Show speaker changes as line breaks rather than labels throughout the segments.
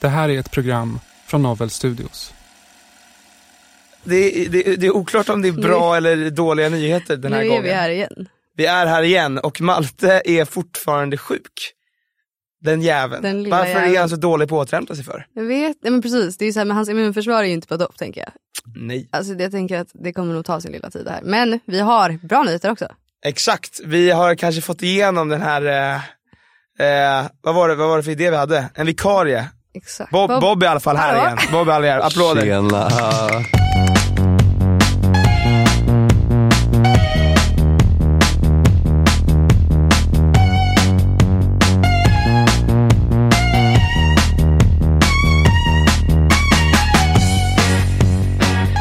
Det här är ett program från Novel Studios.
Det, är- det, är- det är oklart om det är bra eller dåliga nyheter den här
nu
gången.
är vi här igen.
Vi är här igen och Malte är fortfarande sjuk. Den jäveln.
Den lilla
Varför är han
jäveln.
så dålig på att återhämta sig för?
Jag vet, nej men precis. Det är ju så här, men hans immunförsvar är ju inte på topp tänker jag.
Nej.
Alltså det- jag tänker att det kommer nog ta sin lilla tid det här. Men vi har bra nyheter också.
Exakt, vi har kanske fått igenom den här, eh, eh, vad, var det, vad var det för idé vi hade? En vikarie.
Exakt.
Bob, Bob. är i alla fall här
Hallå.
igen. Bob är här igen. Applåder.
Tjena.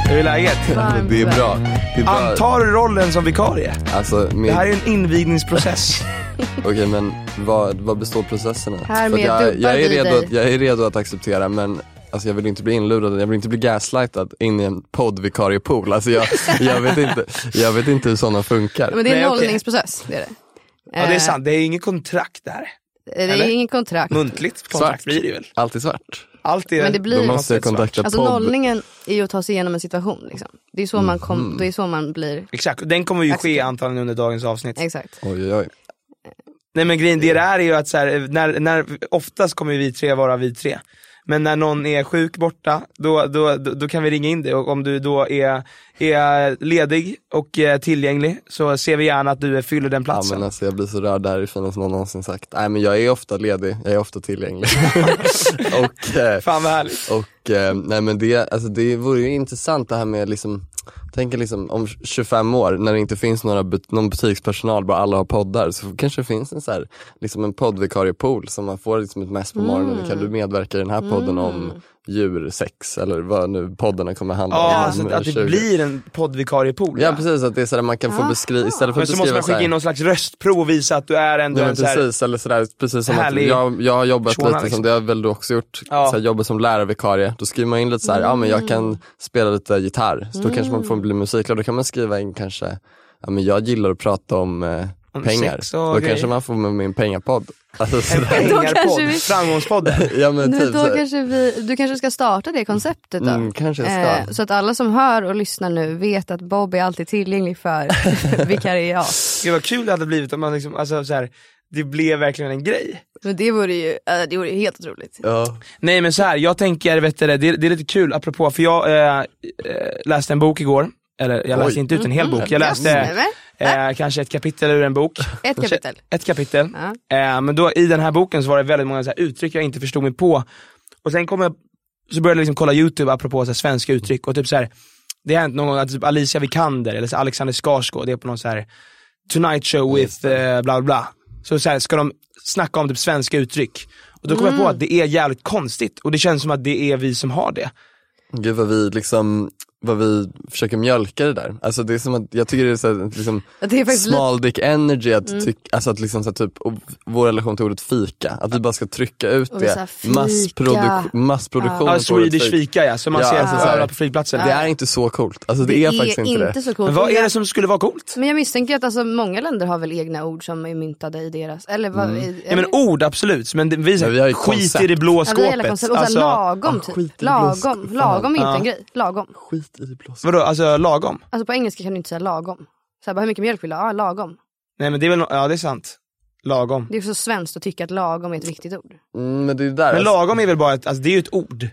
Hur är läget?
Varmt
Det är bra. Det är bra.
Antar rollen som vikarie.
Alltså, min...
Det här är en invigningsprocess.
Okej men vad, vad består processerna?
Härmed
För att jag,
dubbar
jag, är
vi
redo,
dig.
att- jag är redo att acceptera men Alltså jag vill inte bli inlurad, jag vill inte bli gaslightad in i en poddvikariepool. Alltså jag, jag, vet inte, jag vet inte hur sådana funkar.
Men det är en
Nej, okej.
nollningsprocess. Det är det.
ja det är
Eh,
sant, det är inget kontrakt det här.
Det
Eller?
är ingen kontrakt.
Muntligt kontrakt
Svart.
blir det väl.
Allt är svart.
Allt är
Men det blir-
Då måste jag kontakta
Alltså
podd.
nollningen är ju att ta sig igenom en situation. Liksom. Det, är så man kom,
Mhm.
det är så man blir,
Exakt, och den kommer ju ske
Accepterar.
antagligen under dagens avsnitt.
exakt.
Oj oj oj.
Nej men grejen det där är ju att så här, när, när, oftast kommer ju vi tre vara vi tre. Men när någon är sjuk borta, då, då, då, då kan vi ringa in dig och om du då är, är ledig och eh, tillgänglig så ser vi gärna att du eh, fyller den
Ja,
platsen.
men alltså, jag blir så rörd, det här är det finaste någon någonsin sagt. Nej men jag är ofta ledig, jag är ofta tillgänglig. och, eh,
Fan vad härligt.
Och eh, nej men det, alltså det vore ju intressant det här med liksom Tänk er liksom om 25 år när det inte finns några but- någon butikspersonal, bara alla har poddar så kanske det finns en, så här, liksom en poddvikariepool som man får liksom ett mess på morgonen.
Mm.
Kan du medverka i den här podden om djursex eller vad nu poddarna kommer handla om?
Ja,
om?
alltså, att, att det
20.
blir en poddvikariepool.
Ja precis, att det är så här, man kan få beskriva istället för
Men
att
så måste
beskriva
man skicka in någon slags röstprov och visa att du är ändå
Ja, men
en så här,
precis, eller sådär, precis som att
härlig
jag, jag har jobbat
persona,
lite
liksom.
som det har väl du också gjort,
Ja. Mm.
såhär, jobbat som lärarvikarie. Då skriver man in lite såhär, ja men jag kan spela lite gitarr. Så då kanske man får bli musiklärare. Då kan man skriva in kanske, ja men jag gillar att prata om eh,
Om
pengar.
sex och
Då
grejer.
kanske man får med min pengapodd. Alltså,
en
sådär.
kanske vi-
pengarpodd, framgångspodden.
ja men
Nu,
typ
då
såhär.
kanske vi, du kanske ska starta det konceptet då?
Mm, kanske jag ska.
Eh, så att alla som hör och lyssnar nu vet att Bob är alltid tillgänglig för vikariat.
Gud vad kul det hade blivit om man liksom, alltså så här, det blev verkligen en grej.
Men det vore ju, eh, det vore ju helt otroligt.
Ja.
Nej men så här, jag tänker, vet du, det, det det är lite kul apropå, för jag eh, eh, läste en bok igår. Eller jag läste
Oj.
inte ut en hel bok, jag
Ja,
läste
men,
eh, kanske ett kapitel ur en bok.
Ett kapitel.
Ett kapitel.
Ja.
Eh, men då, i den här boken så var det väldigt många så här, uttryck jag inte förstod mig på. Och sen kom jag, så började jag liksom kolla youtube apropå så här, svenska uttryck och typ så här, det har hänt någon gång att typ Alicia Vikander eller så här, Alexander Skarsgård det är på någon så här tonight show with eh, bla bla bla. Så, så här, ska de snacka om typ svenska uttryck. Och då kom
Mm.
jag på att det är jävligt konstigt och det känns som att det är vi som har det.
Gud vad vi liksom vad vi försöker mjölka det där. Alltså det är som att, jag tycker det är så här, liksom,
Att det är faktiskt lite- Mm.
small dick energy att, tyck, alltså att liksom så här, typ, och vår relation till ordet fika, att vi bara ska trycka ut
Och
det.
så här, fika.
Massproduk- massproduktion
Ja,
på ordet
Swedish
fik.
fika ja, som man
Oh, Ja,
ser
alltså,
alltså,
så här.
på flygplatsen.
Det är inte så coolt, alltså det, är, faktiskt inte, det.
så
Men
coolt.
vad är det som skulle vara coolt?
Men jag misstänker att alltså, många länder har väl egna ord som är myntade i deras, eller vad? i-
Mm. Ja men ord absolut, men det, vi,
Men vi har ju
skit
koncept.
i det blå
Ja, det är hela
skåpet.
koncept. Och så här,
alltså, Ah.
lagom
ja, Ah, skit i
typ.
det blå
Lagom.
skåpet.
Lagom är inte
Ja.
en grej. Lagom.
Skit i det blåsa.
vadå, alltså lagom?
Alltså på engelska kan du inte säga lagom. Så här, bara, hur mycket mjölk vill du ha? Ja, lagom.
Nej men det är väl, no- ja det är sant. Lagom.
Det är så svenskt att tycka att lagom är ett viktigt ord.
Mm, men det är det där,
Men
alltså.
lagom är väl bara ett, alltså det är ju ett ord.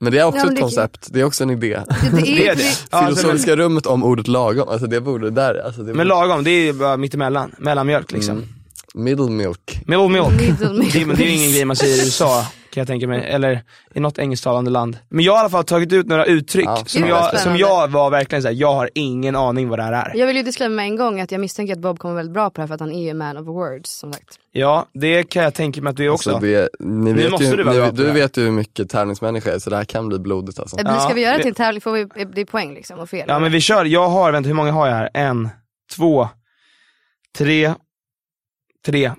men det är också
Ja, men
ett
det-
koncept, det är också en idé.
Det,
Det är
inte-
det. Ja, alltså, men,
Filosofiska rummet om ordet lagom, alltså det borde, där, alltså det
men
borde,
lagom, det är ju bara mittemellan, mellanmjölk liksom.
Mm. middle milk.
Middle milk.
Little
Det, är- men det är ju ingen grej man säger i USA, kan jag tänka mig. Eller i något engelsktalande land. Men jag har i alla fall tagit ut några uttryck
Ja,
som,
fan, vad
jag, som
spännande.
jag var verkligen såhär, jag har ingen aning vad det här är.
Jag vill ju disclaima med en gång att jag misstänker att Bob kommer väldigt bra på det här för att han är ju man of words som sagt.
Ja, det kan jag tänka mig att du är också.
Så Alltså, det, ni
Nu
vet
måste
ju,
du vara bra
ni,
på
du
det här.
vet ju hur mycket tävlingsmänniska är så det här kan bli blodigt alltså.
Ja,
Ja,
Ska vi göra det
vi-
till en tävling? Får vi, det är poäng liksom och fel.
Ja men vi kör, jag har, vänta hur många har jag här? En, två, tre, tre,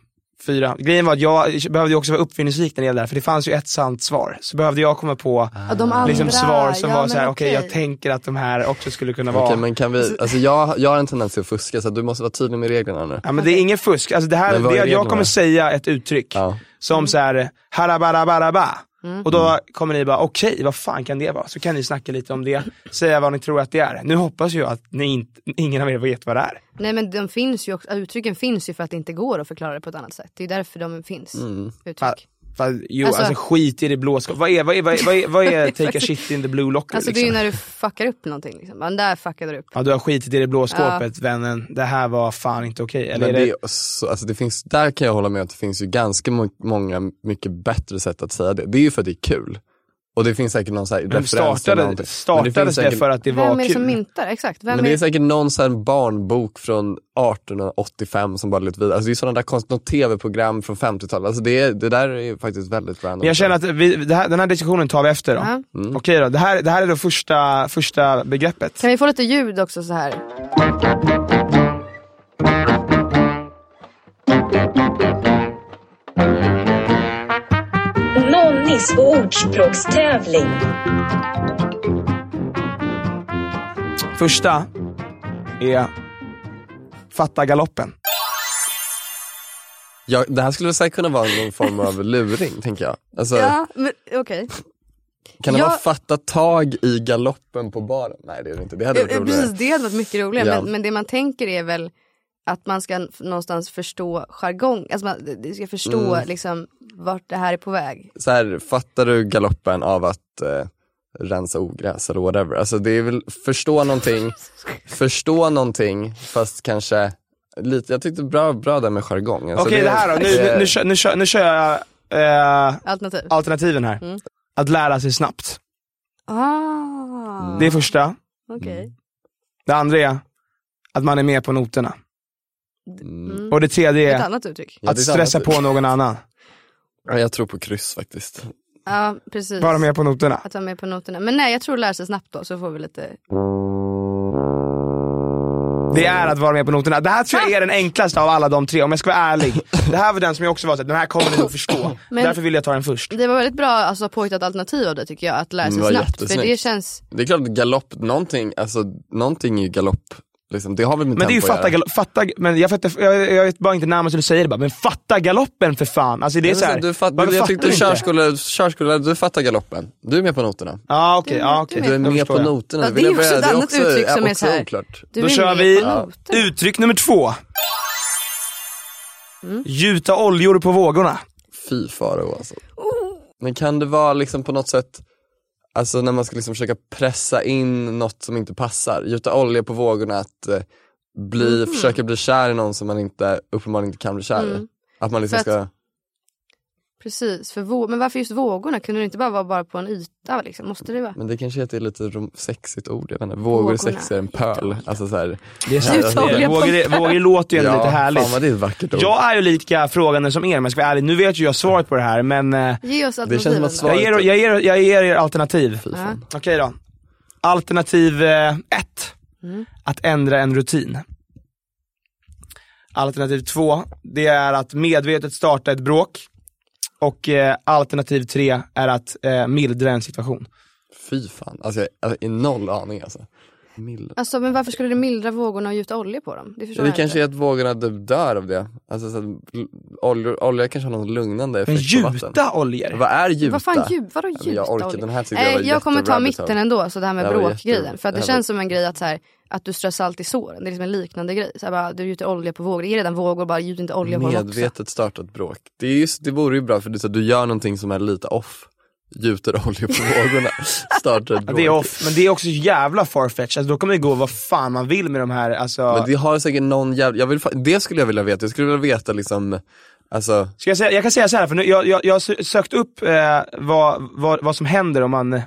fyra. Grejen var att jag behövde ju också vara uppfinningsrik när det gällde det här, för det fanns ju ett sant svar. Så behövde jag komma på
Ja, de Ah. andra,
liksom svar som
ja,
var
men
såhär, okej jag
okej.
tänker att de här också skulle kunna
Okej
vara.
men kan vi, alltså jag, jag har en tendens till att fuska så du måste vara tydlig med reglerna nu.
Ja men det är inget fusk, alltså det här,
Men vad
det,
är
jag
reglerna?
kommer säga ett uttryck
Ja.
som såhär, harabarabaraba.
Mm.
Och då kommer ni bara, okej vad fan kan det vara? Så kan ni snacka lite om det, säga vad ni tror att det är. Nu hoppas jag att ni inte, ingen av er vet vad det är.
Nej men de finns ju också, uttrycken finns ju för att det inte går att förklara det på ett annat sätt. Det är därför de finns.
Fan,
Uttryck.
fan, jo, alltså,
Alltså-
skit i det blå skåpet. Vad är, vad är, vad är, vad är, vad är take a shit in the blue locker?
Alltså det är
liksom?
ju när du fuckar upp någonting liksom. Ja, Den där fuckade du upp.
Ja du har skitit i det blå skåpet vännen, det här var fan inte okej. Eller är
Men
det...
det, är så, alltså det finns, där kan jag hålla med att det finns ju ganska må- många mycket bättre sätt att säga det. Det är ju för att det är kul. Och det finns säkert någon så här
Men
referens till
startade,
någonting. Men
startades det,
finns säkert,
för att det var
Vem är det
kul?
som myntar? Exakt. Vem
Men det
är...
är säkert någon så här barnbok från 1885 som bara lite vidare. Alltså det är sådana där konst, något tv-program från 50-talet. Alltså det, är- det där är ju faktiskt väldigt random.
Men jag känner att vi, det här, den här diskussionen tar vi efter då.
Ja.
Mm.
Okej då, det här, det här är då första, första begreppet.
Kan vi få lite ljud också så här?
Nonnis ordspråkstävling.
Första är Fatta galoppen.
Ja, det här skulle säkert kunna vara någon form av luring, tänker jag. Alltså,
Ja, men okej.
Kan det
jag-
vara fatta tag i galoppen på baren? Nej det är det inte, det hade varit
Eh, eh, Precis,
roligare.
det hade varit mycket roligare.
Ja.
Men, men det man tänker är väl att man ska f- någonstans förstå jargong. Alltså man du ska förstå liksom vart det här är på väg.
Så här, fattar du galoppen av att eh, rensa ogräs eller whatever? Alltså det är väl, förstå någonting, förstå någonting fast kanske lite, jag tyckte bra, bra där med jargong. Alltså,
Okej det här då, nu, nu, nu, kör, nu, kör, nu kör jag eh,
Alternativ.
alternativen här.
Mm.
Att lära sig snabbt.
Ah,
Det är första.
Mm.
okej.
Det andra är att man är med på noterna.
Mm.
Och det tredje
Ett
är
annat uttryck.
Ja,
att
det är
stressa
sant.
på någon annan.
Ja, jag tror på kryss faktiskt.
Ja, precis.
Vara med på noterna.
Att vara med på noterna. Men nej, jag tror lära sig snabbt då så får vi lite...
Det är att vara med på noterna. Det här tror
Ah!
jag är den enklaste av alla de tre om jag ska vara ärlig. Det här var den som jag också var såhär, den här kommer ni nog förstå.
Men-
Därför vill jag ta den först.
Det var väldigt bra alltså, påhittat alternativ av det tycker jag, att lära sig
Mm, vad
snabbt. För det
jättesnyggt.
känns...
Det är klart att galopp, någonting, alltså någonting är ju galopp, liksom. det har väl med
Men det är ju
tempo att
fatta
göra.
galoppen, fatta, men jag, fattar, jag, jag vet bara inte närmast hur du säger det bara, men fatta galoppen för fan. Alltså det är
Men sen,
såhär,
du fatt,
varför
jag
fattar
tyckte
du inte?
körskola, körskola, du fattar galoppen. Du är med på noterna.
Ja okej, ja okej.
Du
Då
är med
förstår
på
jag.
noterna.
Ja,
Vill
det är
jag
ju också
börja?
ett annat uttryck som är
också
så här-
Oklart.
Du
Då
är
kör
med
vi
på noterna.
uttryck nummer två.
Mm.
Gjuta oljor på vågorna.
Fy farao alltså.
Oh.
Men kan det vara liksom på något sätt, alltså när man ska liksom försöka pressa in något som inte passar, gjuta olja på vågorna, att eh, bli,
Mm.
försöka bli kär i någon som man inte, uppenbarligen inte kan bli kär i. Att man liksom
För
ska,
Precis, för vå- men varför just vågorna? Kunde det inte bara vara bara på en yta? Liksom? Måste det vara?
men det kanske är att det är lite rom- sexigt ord, jag vet inte. Vågor är
Vågorna.
sexigare än pöl. Alltså så här,
Det är
sant. Gjuta olja
på-
Vågor, vågor låter ju ändå lite
fan vad
härligt.
det är ett vackert ord.
Jag är ju lika frågande som er om jag ska vara ärlig. Nu vet ju jag svaret på det här men eh,
Ge oss
det känns
alternativen.
som att
då.
jag,
svaret
ger, jag, ger, jag ger er alternativ.
Fy fan.
Okej då. Alternativ eh, ett. Att ändra en rutin. Alternativ två, det är att medvetet starta ett bråk. Och eh, alternativ tre är att eh, mildra en situation.
Fy fan, alltså jag jag har noll aning alltså. Mild.
Alltså, men varför skulle det mildra vågorna och gjuta olja på dem? Det förstår
Det
jag
kanske
inte.
är att vågorna dö- dör av det. Alltså så att l- olja, olja kanske har någon lugnande
Men
effekt på vatten.
gjuta oljor?
Vad är gjuta?
Vad fan ljud, vadå gjuta
jag orkar,
olja?
den här tyckte jag
Nej,
var
jag, kommer ta
jätterabbit
mitten
hole.
ändå, så det här med
Det här var
bråkgrejen.
jätte-
För att det,
det här var-
känns som en grej att, så här, att du stressar salt i såren. Det är liksom en liknande grej. Så här, bara, du gjuter olja på vågor. Det är redan vågor, bara gjut inte olja på dem också.
Medvetet startat bråk. Det, är just, det vore ju bra för du, så att du gör någonting som är lite off. Gjuter olja på vågorna, startar ett
Ja,
bråk.
det är off, men det är också jävla farfetch. Alltså, då kommer det gå vad fan man vill med de här. Alltså,
Men det har säkert någon jävla, jag vill, fa- det skulle jag vilja veta. Jag skulle vilja veta liksom, alltså,
Ska jag, säga, jag kan säga så här, för nu, jag, jag, jag har sö- sökt upp eh, vad, vad, vad som händer om man eh,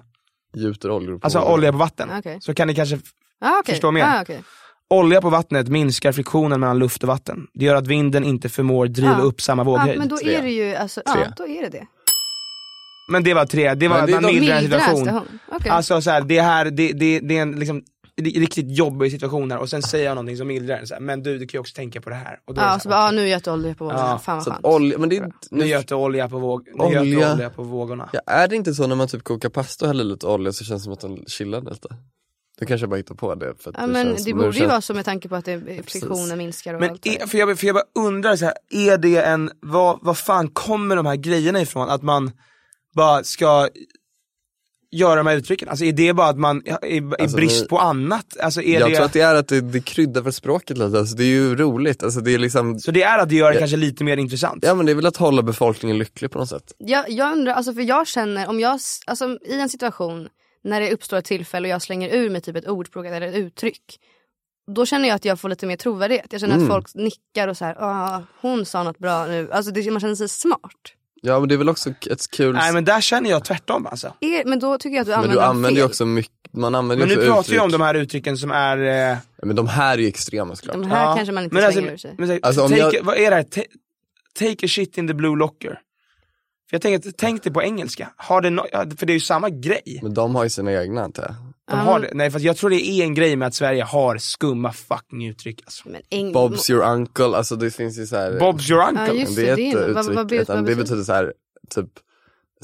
gjuter olja på
alltså,
vågorna.
olja på vatten.
Okej.
Så kan ni kanske
Ah, okay.
Förstår mer.
Ah, okej.
Olja på vattnet minskar friktionen mellan luft och vatten. Det gör att vinden inte förmår driva
Ja.
upp samma
ah,
våghöjd.
men
men,
då
Tre.
är det ju alltså,
Tre.
ja, då är det det.
det var tre, det var
Men
att
det är
man
de
mildrar en
Mildra en
situation.
station. Okej.
Alltså så här, det här, det, det, det är en liksom, ri- riktigt jobbig situation här och sen säger jag någonting som mildrar den. Så här, men du, du kan ju också tänka på det här. Och då är det
Ja, så
så
bara,
här,
ah, nu gjöt du olja på vågorna.
Ja,
Fan vad
Så att
skönt.
Alltså, olja, men det är,
nu
nu,
göt du olja på, våg, nu göt du
Olja.
olja på vågorna.
ja, är det inte så när man typ kokar pasta och häller lite olja så känns det som att den chillar lite? Du kanske jag bara hittar på det för att
Ja,
det
men
känns
det
nu
borde ju
känns-
vara så med tanke på att det, friktionen minskar och
Men
allt det
är,
där.
för, jag, för jag bara undrar, så här, är det en, vad, vad fan kommer de här grejerna ifrån? Att man bara ska göra de här uttrycken? Alltså är det bara att man, i, i
Alltså,
brist
nu-
på annat? Alltså är
Jag
det,
tror att det är att det, det kryddar för språket lite, alltså, det är ju roligt. Alltså, det är liksom,
Så det är att det gör det
Ja.
kanske lite mer intressant?
ja men det är väl att hålla befolkningen lycklig på något sätt.
Jag, jag undrar, alltså för jag känner om jag, s- alltså i en situation när det uppstår ett tillfälle och jag slänger ur mig typ ett ordspråk eller ett uttryck. Då känner jag att jag får lite mer trovärdighet. Jag känner
Mm.
att folk nickar och så här, ah, hon sa något bra nu. Alltså det, man känner sig smart.
Ja men det är väl också ett kul,
Nej men där känner jag tvärtom alltså.
Är, men då tycker jag att du
men
använder
du
dem
använder ju
fel.
också mycket, man använder
Men
ju
nu
också
pratar vi
uttryck.
om de här uttrycken som är... Eh,
Men de här är ju extrema såklart.
De här
Ja,
kanske man inte
men
slänger
alltså,
ur sig.
men, så här,
Alltså, om
take,
jag-
vad är det här? Ta- Take a shit in the blue locker. För jag tänker, att- tänk det på engelska. Har det no, ja, för det är ju samma grej.
Men de har ju sina egna antar jag.
De
Ja,
har
men-
det. Nej för att jag tror det är en grej med att Sverige har skumma fucking uttryck alltså.
Men eng-
Bob's your uncle, alltså det finns ju så här.
Bob's your uncle.
Ja, just- det, det är
ett
en- vad-
eh,
vad
uttryck,
betyder-
utan
vad
det
betyder-
betyder så här, typ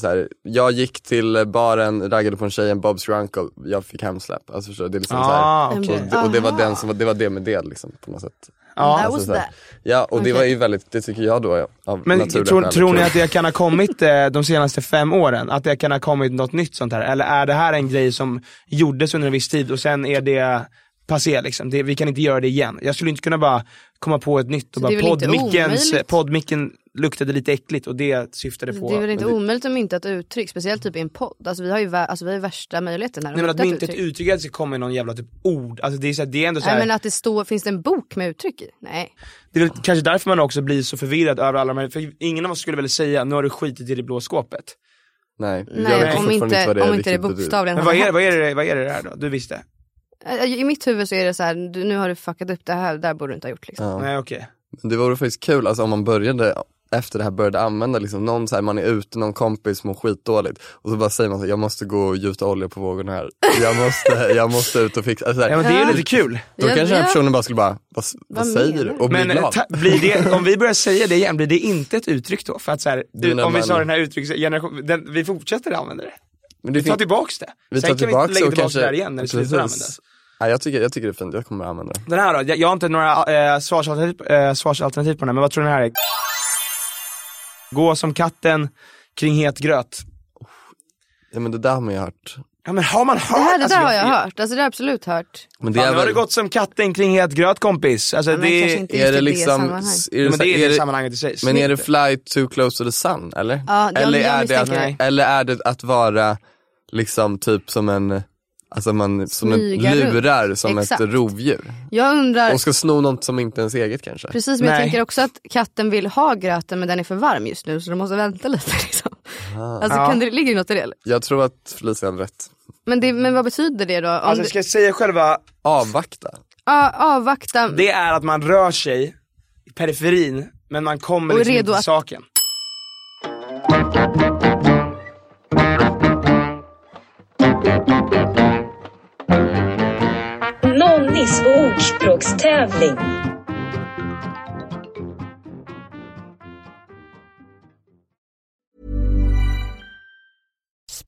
så här, jag gick till baren, raggade på en tjej, en Bob's your uncle, jag fick hemsläpp. Alltså förstår du? Det är liksom så här,
ah, okej.
Mm.
och, det, och det var
Aha.
den som var, det var det med det liksom på något sätt. Alltså,
That
Ja.
was
så här.
that.
Ja och
Okej.
det var ju väldigt, det tycker jag då av
Men
naturliga
tror,
skäl liksom. är
tror ni
kul.
att det kan ha kommit eh, de senaste fem åren? Att det kan ha kommit något nytt sånt här? Eller är det här en grej som gjordes under en viss tid och sen är det passé liksom? Det, vi kan inte göra det igen. Jag skulle inte kunna bara komma på ett nytt och
Så det
bara
är väl inte
poddmickens,
omöjligt?
poddmicken luktade lite äckligt och det syftade på...
Det är väl inte
Men det-
omöjligt om inte ett uttryck, speciellt typ i en podd. Alltså vi har ju vä- alltså, vi har ju värsta möjligheten här.
Nej men att
hitta ett
inte ett
uttryck.
uttryck att det kommer någon jävla typ ord. Alltså det är, så här, det är ändå så här,
Nej men att det står, finns det en bok med uttryck i? Nej.
det är väl kanske därför man också blir så förvirrad över alla de här, för ingen av oss skulle väl säga nu har du skitit i det blå skåpet.
Nej, jag vet
Nej om
fortfarande
inte,
vad
om inte det
riktigt typ betyder.
bokstavligen
Men
har
vad är, det-
hänt.
vad, är det, vad är det här då? Du visste?
Eh, I mitt huvud så är det så här, du, nu har du fuckat upp det här, där borde du inte ha gjort liksom.
Ja.
Nej okej.
Men Det vore faktiskt kul alltså, om man började efter det här började använda liksom, någon så här, man är ute, någon kompis mår skitdåligt och så bara säger man så här, jag måste gå och gjuta olja på vågorna här. Jag måste, jag måste ut och fixa. Alltså, så
Ja,
här,
men det är ju lite kul.
då
Ja,
kanske den här
ja.
personen bara skulle bara, vad, vad säger
menar
du?
du?
Och bli
Men eh,
glad.
ta, blir det, om vi börjar säga det igen, blir det inte ett uttryck då? För att så här,
Du menar
om vi
man-
sa den här uttrycksgenerationen, den- vi fortsätter använda det.
Men
Vi
det
tar
fin-
tillbaks det.
vi
Sen
tar
kan vi
tillbaka
inte lägga
och
tillbaka
kanske,
det där igen när det
precis.
slutar användas.
Nej, jag, tycker, jag tycker det är fint, jag kommer att använda det.
Den här då, jag jag har inte några eh, svarsalternativ, eh, svarsalternativ på den här, men vad tror ni den här är? Gå som katten kring het gröt.
Ja, men det där har man ju hört.
Ja men har man hört?
Det här det
Alltså,
där har jag hört, alltså det har jag absolut hört.
Men det
Fan,
är
nu har
väl,
det gått som katten kring het gröt kompis. Alltså,
Men
det,
kanske inte riktigt
är det liksom,
i sammanhang.
är
Ja,
det,
men det är
är
det
det,
sammanhanget i sig.
men är det fly too close to the sun eller?
Ja, jag-
eller,
jag
är det
misstänker
att, eller är det att vara liksom typ som en, alltså man som en
Smyga runt.
lurar som
Exakt.
ett rovdjur.
Jag undrar,
Och ska sno något som inte är ens eget kanske.
precis men jag
Nej.
tänker också att katten vill ha gröten men den är för varm just nu så de måste vänta lite liksom. Alltså
Ja.
kan det, ligger det något i det eller?
Jag tror att Felicia hade rätt.
Men, det, men vad betyder det då? Om
Alltså
du-
ska jag säga själva
Avvakta.
Ja, avvakta.
Det är att man rör sig i periferin, men man kommer
Och är
liksom
redo
inte till
att-
saken.
Nonnys ordspråkstävling.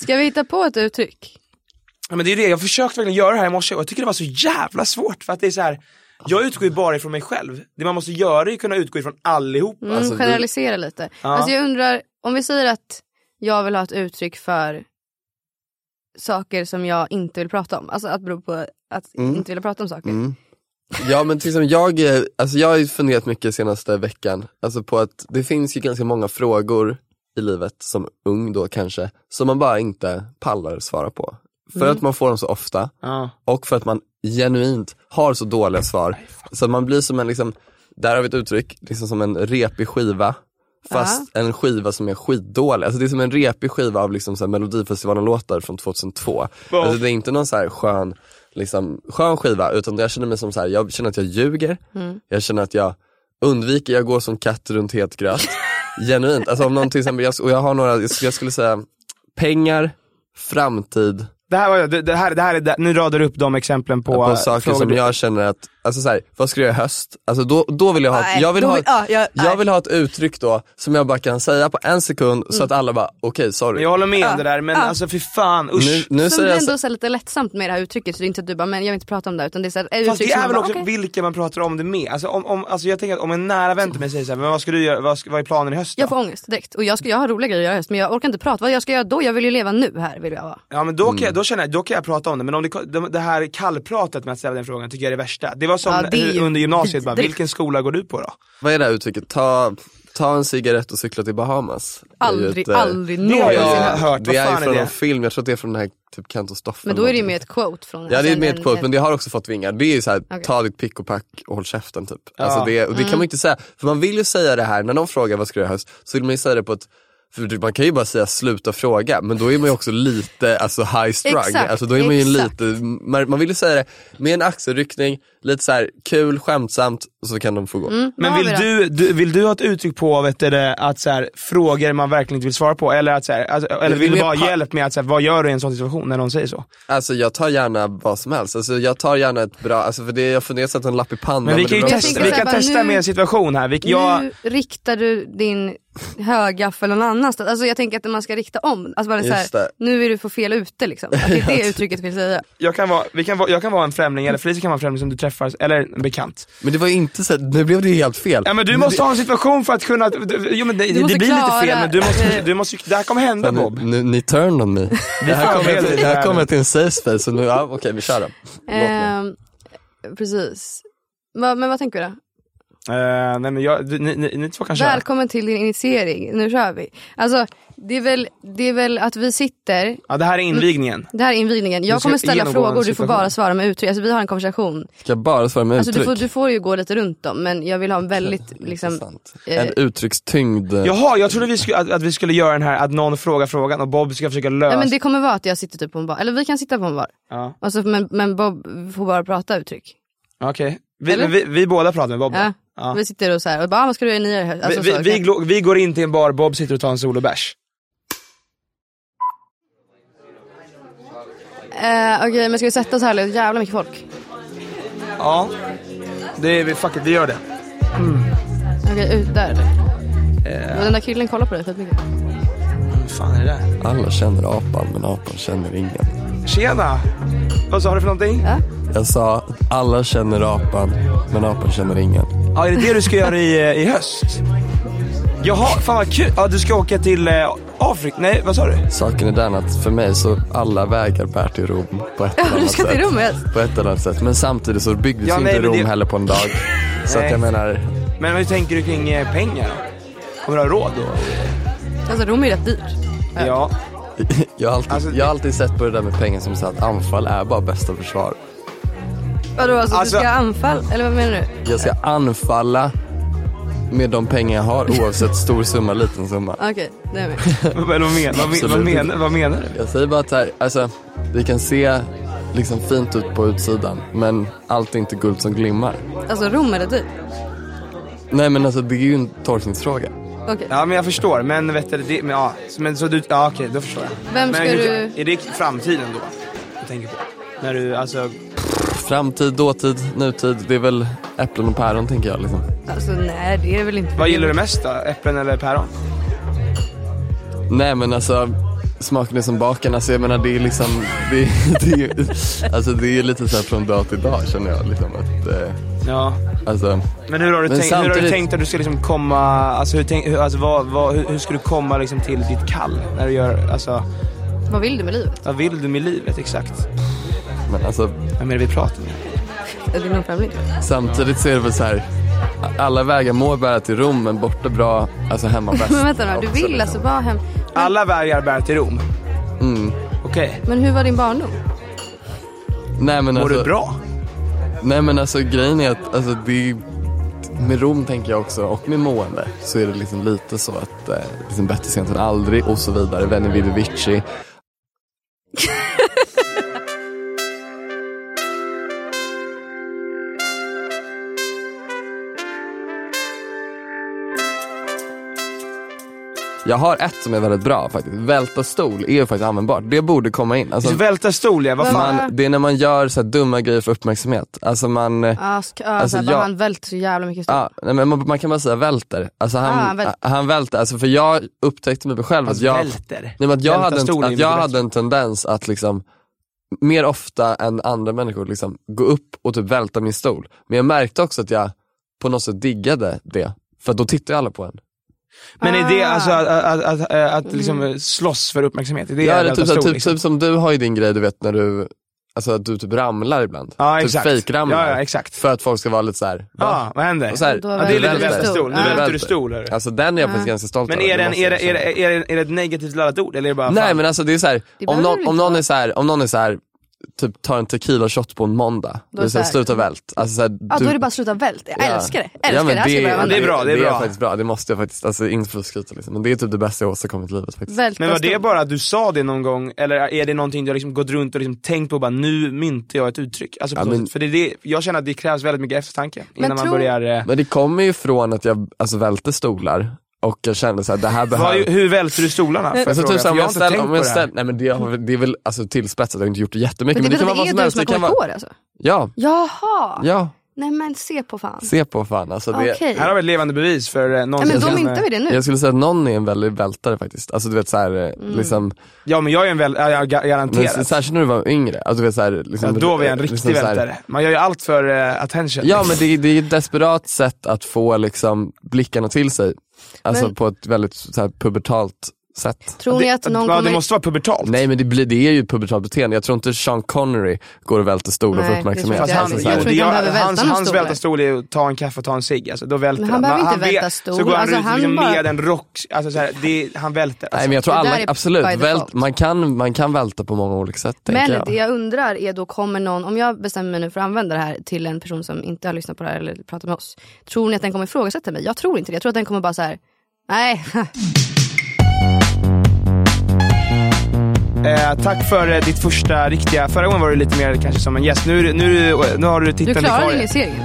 Ska vi hitta på ett uttryck?
Ja, men det är det, jag försökte verkligen göra det här i morse och jag tycker det var så jävla svårt för att det är så här. jag utgår ju bara ifrån mig själv. Det man måste göra är att kunna utgå ifrån allihopa.
Mm,
Alltså, vi-
generalisera lite. Alltså jag undrar, om vi säger att jag vill ha ett uttryck för saker som jag inte vill prata om. Alltså att bero på att
Mm.
inte vilja prata om saker.
Ja men till exempel jag, eh, alltså jag har ju funderat mycket senaste veckan, alltså på att det finns ju ganska många frågor i livet, som ung då kanske, som man bara inte pallar svara på. För
Mm.
att man får dem så ofta
Ja.
och för att man genuint har så dåliga svar. Så man blir som en, liksom, där har vi ett uttryck, liksom som en repig skiva. Fast en skiva som är skitdålig. Alltså det är som en repig skiva av liksom så här Melodifestivalen-låtar från 2002.
Ja.
Alltså det är inte någon så här skön, liksom, skön skiva utan jag känner mig som så här, jag känner att jag ljuger, jag känner att jag undviker, jag går som katt runt het gröt. genuint. Alltså om någon till exempel, jag, och jag har några, jag skulle- jag skulle säga pengar, framtid,
Det här, var- det, det här, det här, är det, nu radar du upp de exemplen på,
på,
eh,
saker
frågor
som
du-
jag känner att, alltså så här, vad ska jag göra i höst? Alltså då, då vill jag ha,
Nej,
jag vill
då
ha,
vill- ja, jag- nej.
jag vill ha ett uttryck då som jag bara kan säga på en sekund så
Mm.
att alla bara, okej sorry.
Men jag håller med om det där, men alltså för fan usch.
nu nu
Sen
säger
blir det
jag så,
ändå så här lite lättsamt med det här uttrycket så det är inte att du bara, men jag vill inte prata om det här", utan det är så här, ett
Fast
uttryck
det
som
är
man
väl
bara,
också
"Okej."
vilka man pratar om det med. Alltså, om, om, alltså jag tänker att om en nära vän till mig säger såhär, men vad ska du göra, vad, ska, vad är planen i höst då?
Jag får ångest direkt och jag, ska, jag har roliga grejer att göra i höst men jag orkar inte prata. Vad jag ska göra då? Jag vill ju leva nu här vill jag vara.
Ja men då kan,
Mm.
jag, då, känner jag, då kan jag prata om det, men om det, de- det här kallpratet med att ställa den frågan tycker jag är det värsta. Det var som
Ja, det är ju
under gymnasiet, bara,
vidrigt.
vilken skola går du på då?
vad är det här uttrycket? Ta, ta en cigarett och cykla till Bahamas. Det är ju
Aldrig,
ett, eh,
aldrig
det har
det
jag
någonsin.
aldrig
är-
hört.
Det
Vad fan är
är ju från
det?
någon film, jag tror att det är från den här typ Kent och Stoffe.
Men då
eller
är det ju
någonting.
mer ett quote från
Ja det är
alltså
med
en-
ett quote men det har också fått vingar. Det är ju såhär,
Okej. Mm.
ta ditt pick och pack och håll käften typ.
Ja.
Alltså det, och det kan man ju inte säga, för man vill ju säga det här, när någon frågar vad ska du göra i höst, så vill man ju säga det på ett för typ, man kan ju bara säga sluta fråga, men då är man ju också lite alltså, high strung.
Exakt,
alltså, då är man ju
exakt.
lite, man, man vill ju säga det med en axelryckning, lite så här kul, skämtsamt, och så kan de få gå.
Mm,
Men
då har
vill
vi det.
du, du, vill du ha ett uttryck på vet du, det, att så här, frågor man verkligen inte vill svara på? Eller, att, så här, alltså, eller
det är
vill du
mer
bara ha
pa-
hjälp med att så här, vad gör du i en sån situation när någon säger så?
Alltså jag tar gärna vad som helst, alltså, jag tar gärna ett bra, alltså, för det, jag funderar så att en lapp i pannan.
Men vi kan ju
det är bra
testa,
för
vi
det.
säga
kan
bara,
testa
nu-
med en situation här. Vilk, jag,
Nu riktar du din högaffel någon annanstans. Alltså jag tänker att man ska rikta om. Alltså bara så
Just
här,
det.
nu är du på fel ute liksom. Att Det är det uttrycket vill säga.
jag, kan vara, vi kan vara, jag kan vara en främling, eller Felicia kan vara en främling som du träffar, eller en bekant.
Men det var ju inte så, nu blev det ju helt fel.
Ja men du måste ha en situation för att kunna, du- jo men det, det
måste
blir
klara-
lite fel men du måste, du måste, det här kommer hända
Fan,
Bob.
ni, ni, ni turned on me. Det här kommer
förbereder
till,
det
det här
här
kommer
nu.
till en safe space och nu, ja, okej vi kör då. Låt mig.
Ehm, precis. Va, men vad tänker vi då?
Eh, nej men jag, du, ni, ni, ni två kan köra.
Välkommen till din initiering. Nu kör vi. Alltså det är väl, det är väl att vi sitter
Ja det här är invigningen.
Det här är invigningen.
Du
Jag
ska
kommer ställa
genomgå en
frågor, du får
situation.
bara svara med uttryck. Alltså, vi har en konversation.
Ska jag bara svara med
Alltså, du,
uttryck?
får, du får ju gå lite runt dem men jag vill ha en väldigt liksom,
Intressant.
eh,
En uttryckstyngd.
Jaha, jag trodde vi skulle, att, att vi skulle göra den här att någon frågar frågan och Bob ska försöka lösa.
Nej men det kommer vara att jag sitter typ på en bar, eller vi kan sitta på en bar.
ja.
Alltså, men, men Bob får bara prata uttryck.
Okej, vi,
Eller?
men vi, vi båda pratar med Bob då.
Ja.
Ja.
Vi sitter och så här och bara, ah, vad ska du göra i nya höst? Alltså,
vi,
så,
vi, vi,
okej.
glo- vi går in till en bar, Bob sitter och tar en solobärs.
Eh, Okej men ska vi sätta oss här, det är jävla mycket folk.
Ja, det är vi, fuck it, vi gör det.
Okej ut där eller? Och Den där killen kollar på dig skitmycket.
Vad fan är det där?
Alla känner apan men apan känner ingen.
Tjena! Vad sa du för någonting? Ja,
Jag sa, alla känner apan men apan känner ingen.
är det det du ska göra i, eh, i höst? Jaha, fan vad kul! Ja, du ska åka till eh, Afrika, nej vad sa du?
Saken är den att för mig så alla vägar bär till Rom på ett eller
Du
annat
ska till
sätt.
rummet.
På ett eller annat sätt. Men samtidigt så byggdes
Ja,
ju
nej,
inte
men
Rom
det-
heller på en dag. så att
Nej.
jag menar,
Men hur tänker du kring eh, pengar då? Kommer du ha råd då?
Alltså Rom är ju rätt dyrt.
Ja.
jag har, alltid,
Alltså,
jag har alltid sett på det där med pengar som så att anfall är bara bästa försvar.
Vadå alltså,
Alltså-
du ska ha anfall, eller vad menar du?
Jag ska anfalla med de pengar jag har oavsett stor summa, liten summa.
Okej, det är med.
Vad, vad, men- vad, men- vad,
Absolut.
menar, vad menar du?
Jag säger bara att så här, alltså, det kan se liksom fint ut på utsidan men allt är inte guld som glimmar.
Alltså Rom är rätt dyrt.
Nej men alltså det är ju en tolkningsfråga.
Okej.
Ja men jag förstår, men vet du, det, men, ja, men så du, ja okej då förstår jag.
Vem
men,
ska
hur-
du-
Är det framtiden då? Du tänker på? När du, alltså,
Framtid, dåtid, nutid, det är väl äpplen och päron tänker jag liksom.
Alltså nej det är väl inte
vad gillar du mest då? Äpplen eller päron?
Nej men alltså smaken är som baken, alltså jag menar det är liksom, det, det, är- alltså, det är lite så här från dag till dag känner jag liksom att, eh,
Ja.
alltså
Men hur har du,
Men
tänkt, hur har du
samtidigt-
tänkt att du ska liksom komma, alltså, hur, tänk, hur, alltså vad, vad, hur, hur ska du komma liksom till ditt kall? När du gör, alltså,
Vad vill du med livet?
vad vill du med livet exakt?
men alltså
Vem är det vi pratar med?
Är det någon främling?
Samtidigt så är det väl så här, alla vägar må bära till Rom men borta bra, alltså hemma bäst.
Men vänta nu, du
Också, liksom.
vill alltså vara hem.
Alla vägar bär till Rom.
Mm.
Okej,
Men hur var din barndom?
Nej men,
mår
alltså,
du bra?
nej men alltså grejen är att alltså, det är, med Rom tänker jag också och med mående så är det liksom lite så att eh, liksom bättre sent än aldrig och så vidare. Vänner Vivi Vici. Jag har ett som är väldigt bra faktiskt. Välta stol är ju faktiskt användbart. Det borde komma in. Alltså,
Så välta stol ja, vad fan.
man, det är när man gör så här dumma grejer för uppmärksamhet. Alltså man, eh,
Ja, sk- ja,
Alltså,
såhär, bara,
jag-
han välter så jävla mycket. stol.
ja, nej, men man, man kan bara säga välter. Alltså han,
Ah,
han,
han
välter.
väl-
Alltså, för jag upptäckte mig själv att
Alltså,
jag,
välter.
nej, men att jag,
Välta
hade, en,
stol är
att
ju
jag
mycket
hade en tendens att liksom mer ofta än andra människor liksom, gå upp och typ välta min stol. Men jag märkte också att jag på något sätt diggade det. För då tittar ju alla på en.
Men är det
Ah.
alltså att, att, att, att, att liksom slåss för uppmärksamhet? Är det
Ja,
att
eller
välta
typ, såhär,
stol,
typ,
liksom?
typ som du har ju din grej du vet när du, alltså att du typ ramlar ibland.
Ja,
typ
exakt.
fejkramlar.
Ja, ja, exakt.
För att folk ska vara lite såhär, va?
Ja, Ah, vad händer?
Och så här,
Då
ja,
ja, det är lite
välter.
välta stol, nu
Ja.
välter du
Välter.
stol. hörru.
Alltså den är jag faktiskt
Ja.
ganska stolt
Men
över.
är det, en,
måste
är,
jag
det, är,
erkänna.
det, är, det, är det ett negativt laddat ord eller är det bara
Nej
fan?
men alltså det är såhär,
Det
om
behöver
någon,
det
om
inte
någon
vara.
är såhär, om någon är såhär, typ tar en tequila shot på en måndag, då är det såhär,
så här-
sluta vält. Alltså, såhär,
Ja,
du-
då är det bara att sluta välta. Jag
Ja.
älskar det. Älskar det.
men
det. alltså, här ska jag börja
det är
använda.
bra, det är bra.
faktiskt bra, det måste jag faktiskt, alltså inte för att skryta liksom. Men det är typ det bästa jag åstadkommit i livet faktiskt.
Välta
Men var det
stol.
bara att du sa det någon gång, eller är det någonting du har liksom gått runt och liksom tänkt på och bara nu myntar jag ett uttryck? Alltså på
Ja,
så
men-
sätt. För det är det, jag känner att det krävs väldigt mycket eftertanke innan man
tro-
börjar... eh,
Men det kommer ju från att jag alltså, välte stolar och jag kände såhär, det här behöver...
Vad, hur välter du stolarna? Får jag
Alltså
fråga? För
typ såhär, om
jag har
jag
inte
ställer,
tänkt
om
på
jag
det här.
ställer, nej men det, har, det är väl alltså, tillspetsat, jag har inte gjort det jättemycket.
Men det, är väl
kan
att
vara
det är
vad
du
som helst.
som har
Det kan
kommit
vara,
på det alltså?
ja,
Jaha!
ja,
Nej men se på fan.
se på fan alltså. Det,
Okej.
Här har vi ett levande bevis för eh, någon
Nej, men
som-
då myntar vi det nu.
Jag skulle säga att någon är en väldig vältare faktiskt. Alltså du vet såhär, mm. liksom,
Ja men jag är en väl, ja, jag ga-
men,
garanterat.
särskilt när du var yngre. Alltså, du vet, så här, liksom,
Ja, då var jag en riktig
liksom, så här-
vältare. Man gör ju allt för eh, attention.
Ja men det, det är ett desperat sätt att få liksom, blickarna till sig. Alltså
Men-
på ett väldigt så här, pubertalt sätt.
Tror ni att någon
ja,
kommer...
det måste vara pubertalt.
Nej men det, blir, det är ju ett pubertalt beteende. Jag tror inte Sean Connery går och välter stol och
Nej,
får
det tror jag
uppmärksamhet.
Fast
inte.
han,
Alltså, så här-
jag tror
det-
inte han
jag-
behöver välta
hans,
någon
hans
stol.
välta stol är att ta en kaffe och ta en cigg, alltså, då välter
Men han behöver inte välta
Så
stol.
går han
Alltså,
ut
han
liksom
bara-
med en rock, alltså, så här, det, han välter. Alltså.
Nej men jag tror
det där
alla,
är
absolut,
by
vält,
default.
man, kan, man kan välta på många olika sätt tänker
Men
jag.
det jag undrar är då, kommer någon, om jag bestämmer mig nu för att använda det här till en person som inte har lyssnat på det här eller pratat med oss. Tror ni att den kommer ifrågasätta mig? Jag tror inte det. Jag tror att den kommer bara så här. nej.
Eh, tack för eh, ditt första riktiga, förra gången var du lite mer kanske som en gäst. Nu, är du- nu, är du- nu har du
Du
titeln
klarar
i
initieringen.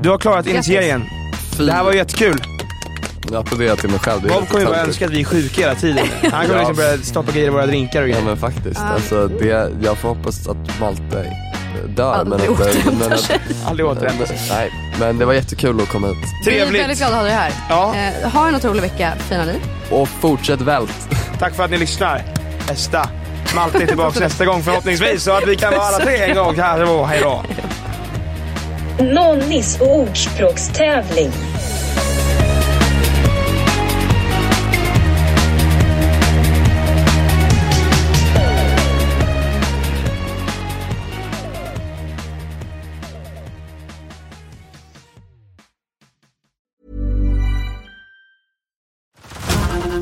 Du har klarat initieringen.
Fy,
Det här var jättekul.
Jag applåderar till mig själv, det är
Bob
lite
kommer ju bara
töntigt.
önska att vi är sjuka hela tiden. Han kommer
Ja.
liksom börja stoppa grejer i våra drinkar och
Ja
grejer.
men faktiskt, alltså, det, jag får hoppas att Malte eh, dör. Men
Aldrig
att,
återhämtar
men att,
sig.
Aldrig återhämta sig.
nej, men det var jättekul att komma hit.
Vi är väldigt
Trevligt.
glada att ha dig här.
Ja.
Eh, ha en otrolig vecka, fina ni.
Och fortsätt vält.
Tack för att ni lyssnar. Bästa. Malte är tillbaka nästa gång förhoppningsvis så att vi kan vara alla tre en gång. Hallå, Hej då.
Nonnis ordspråkstävling.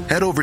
Head over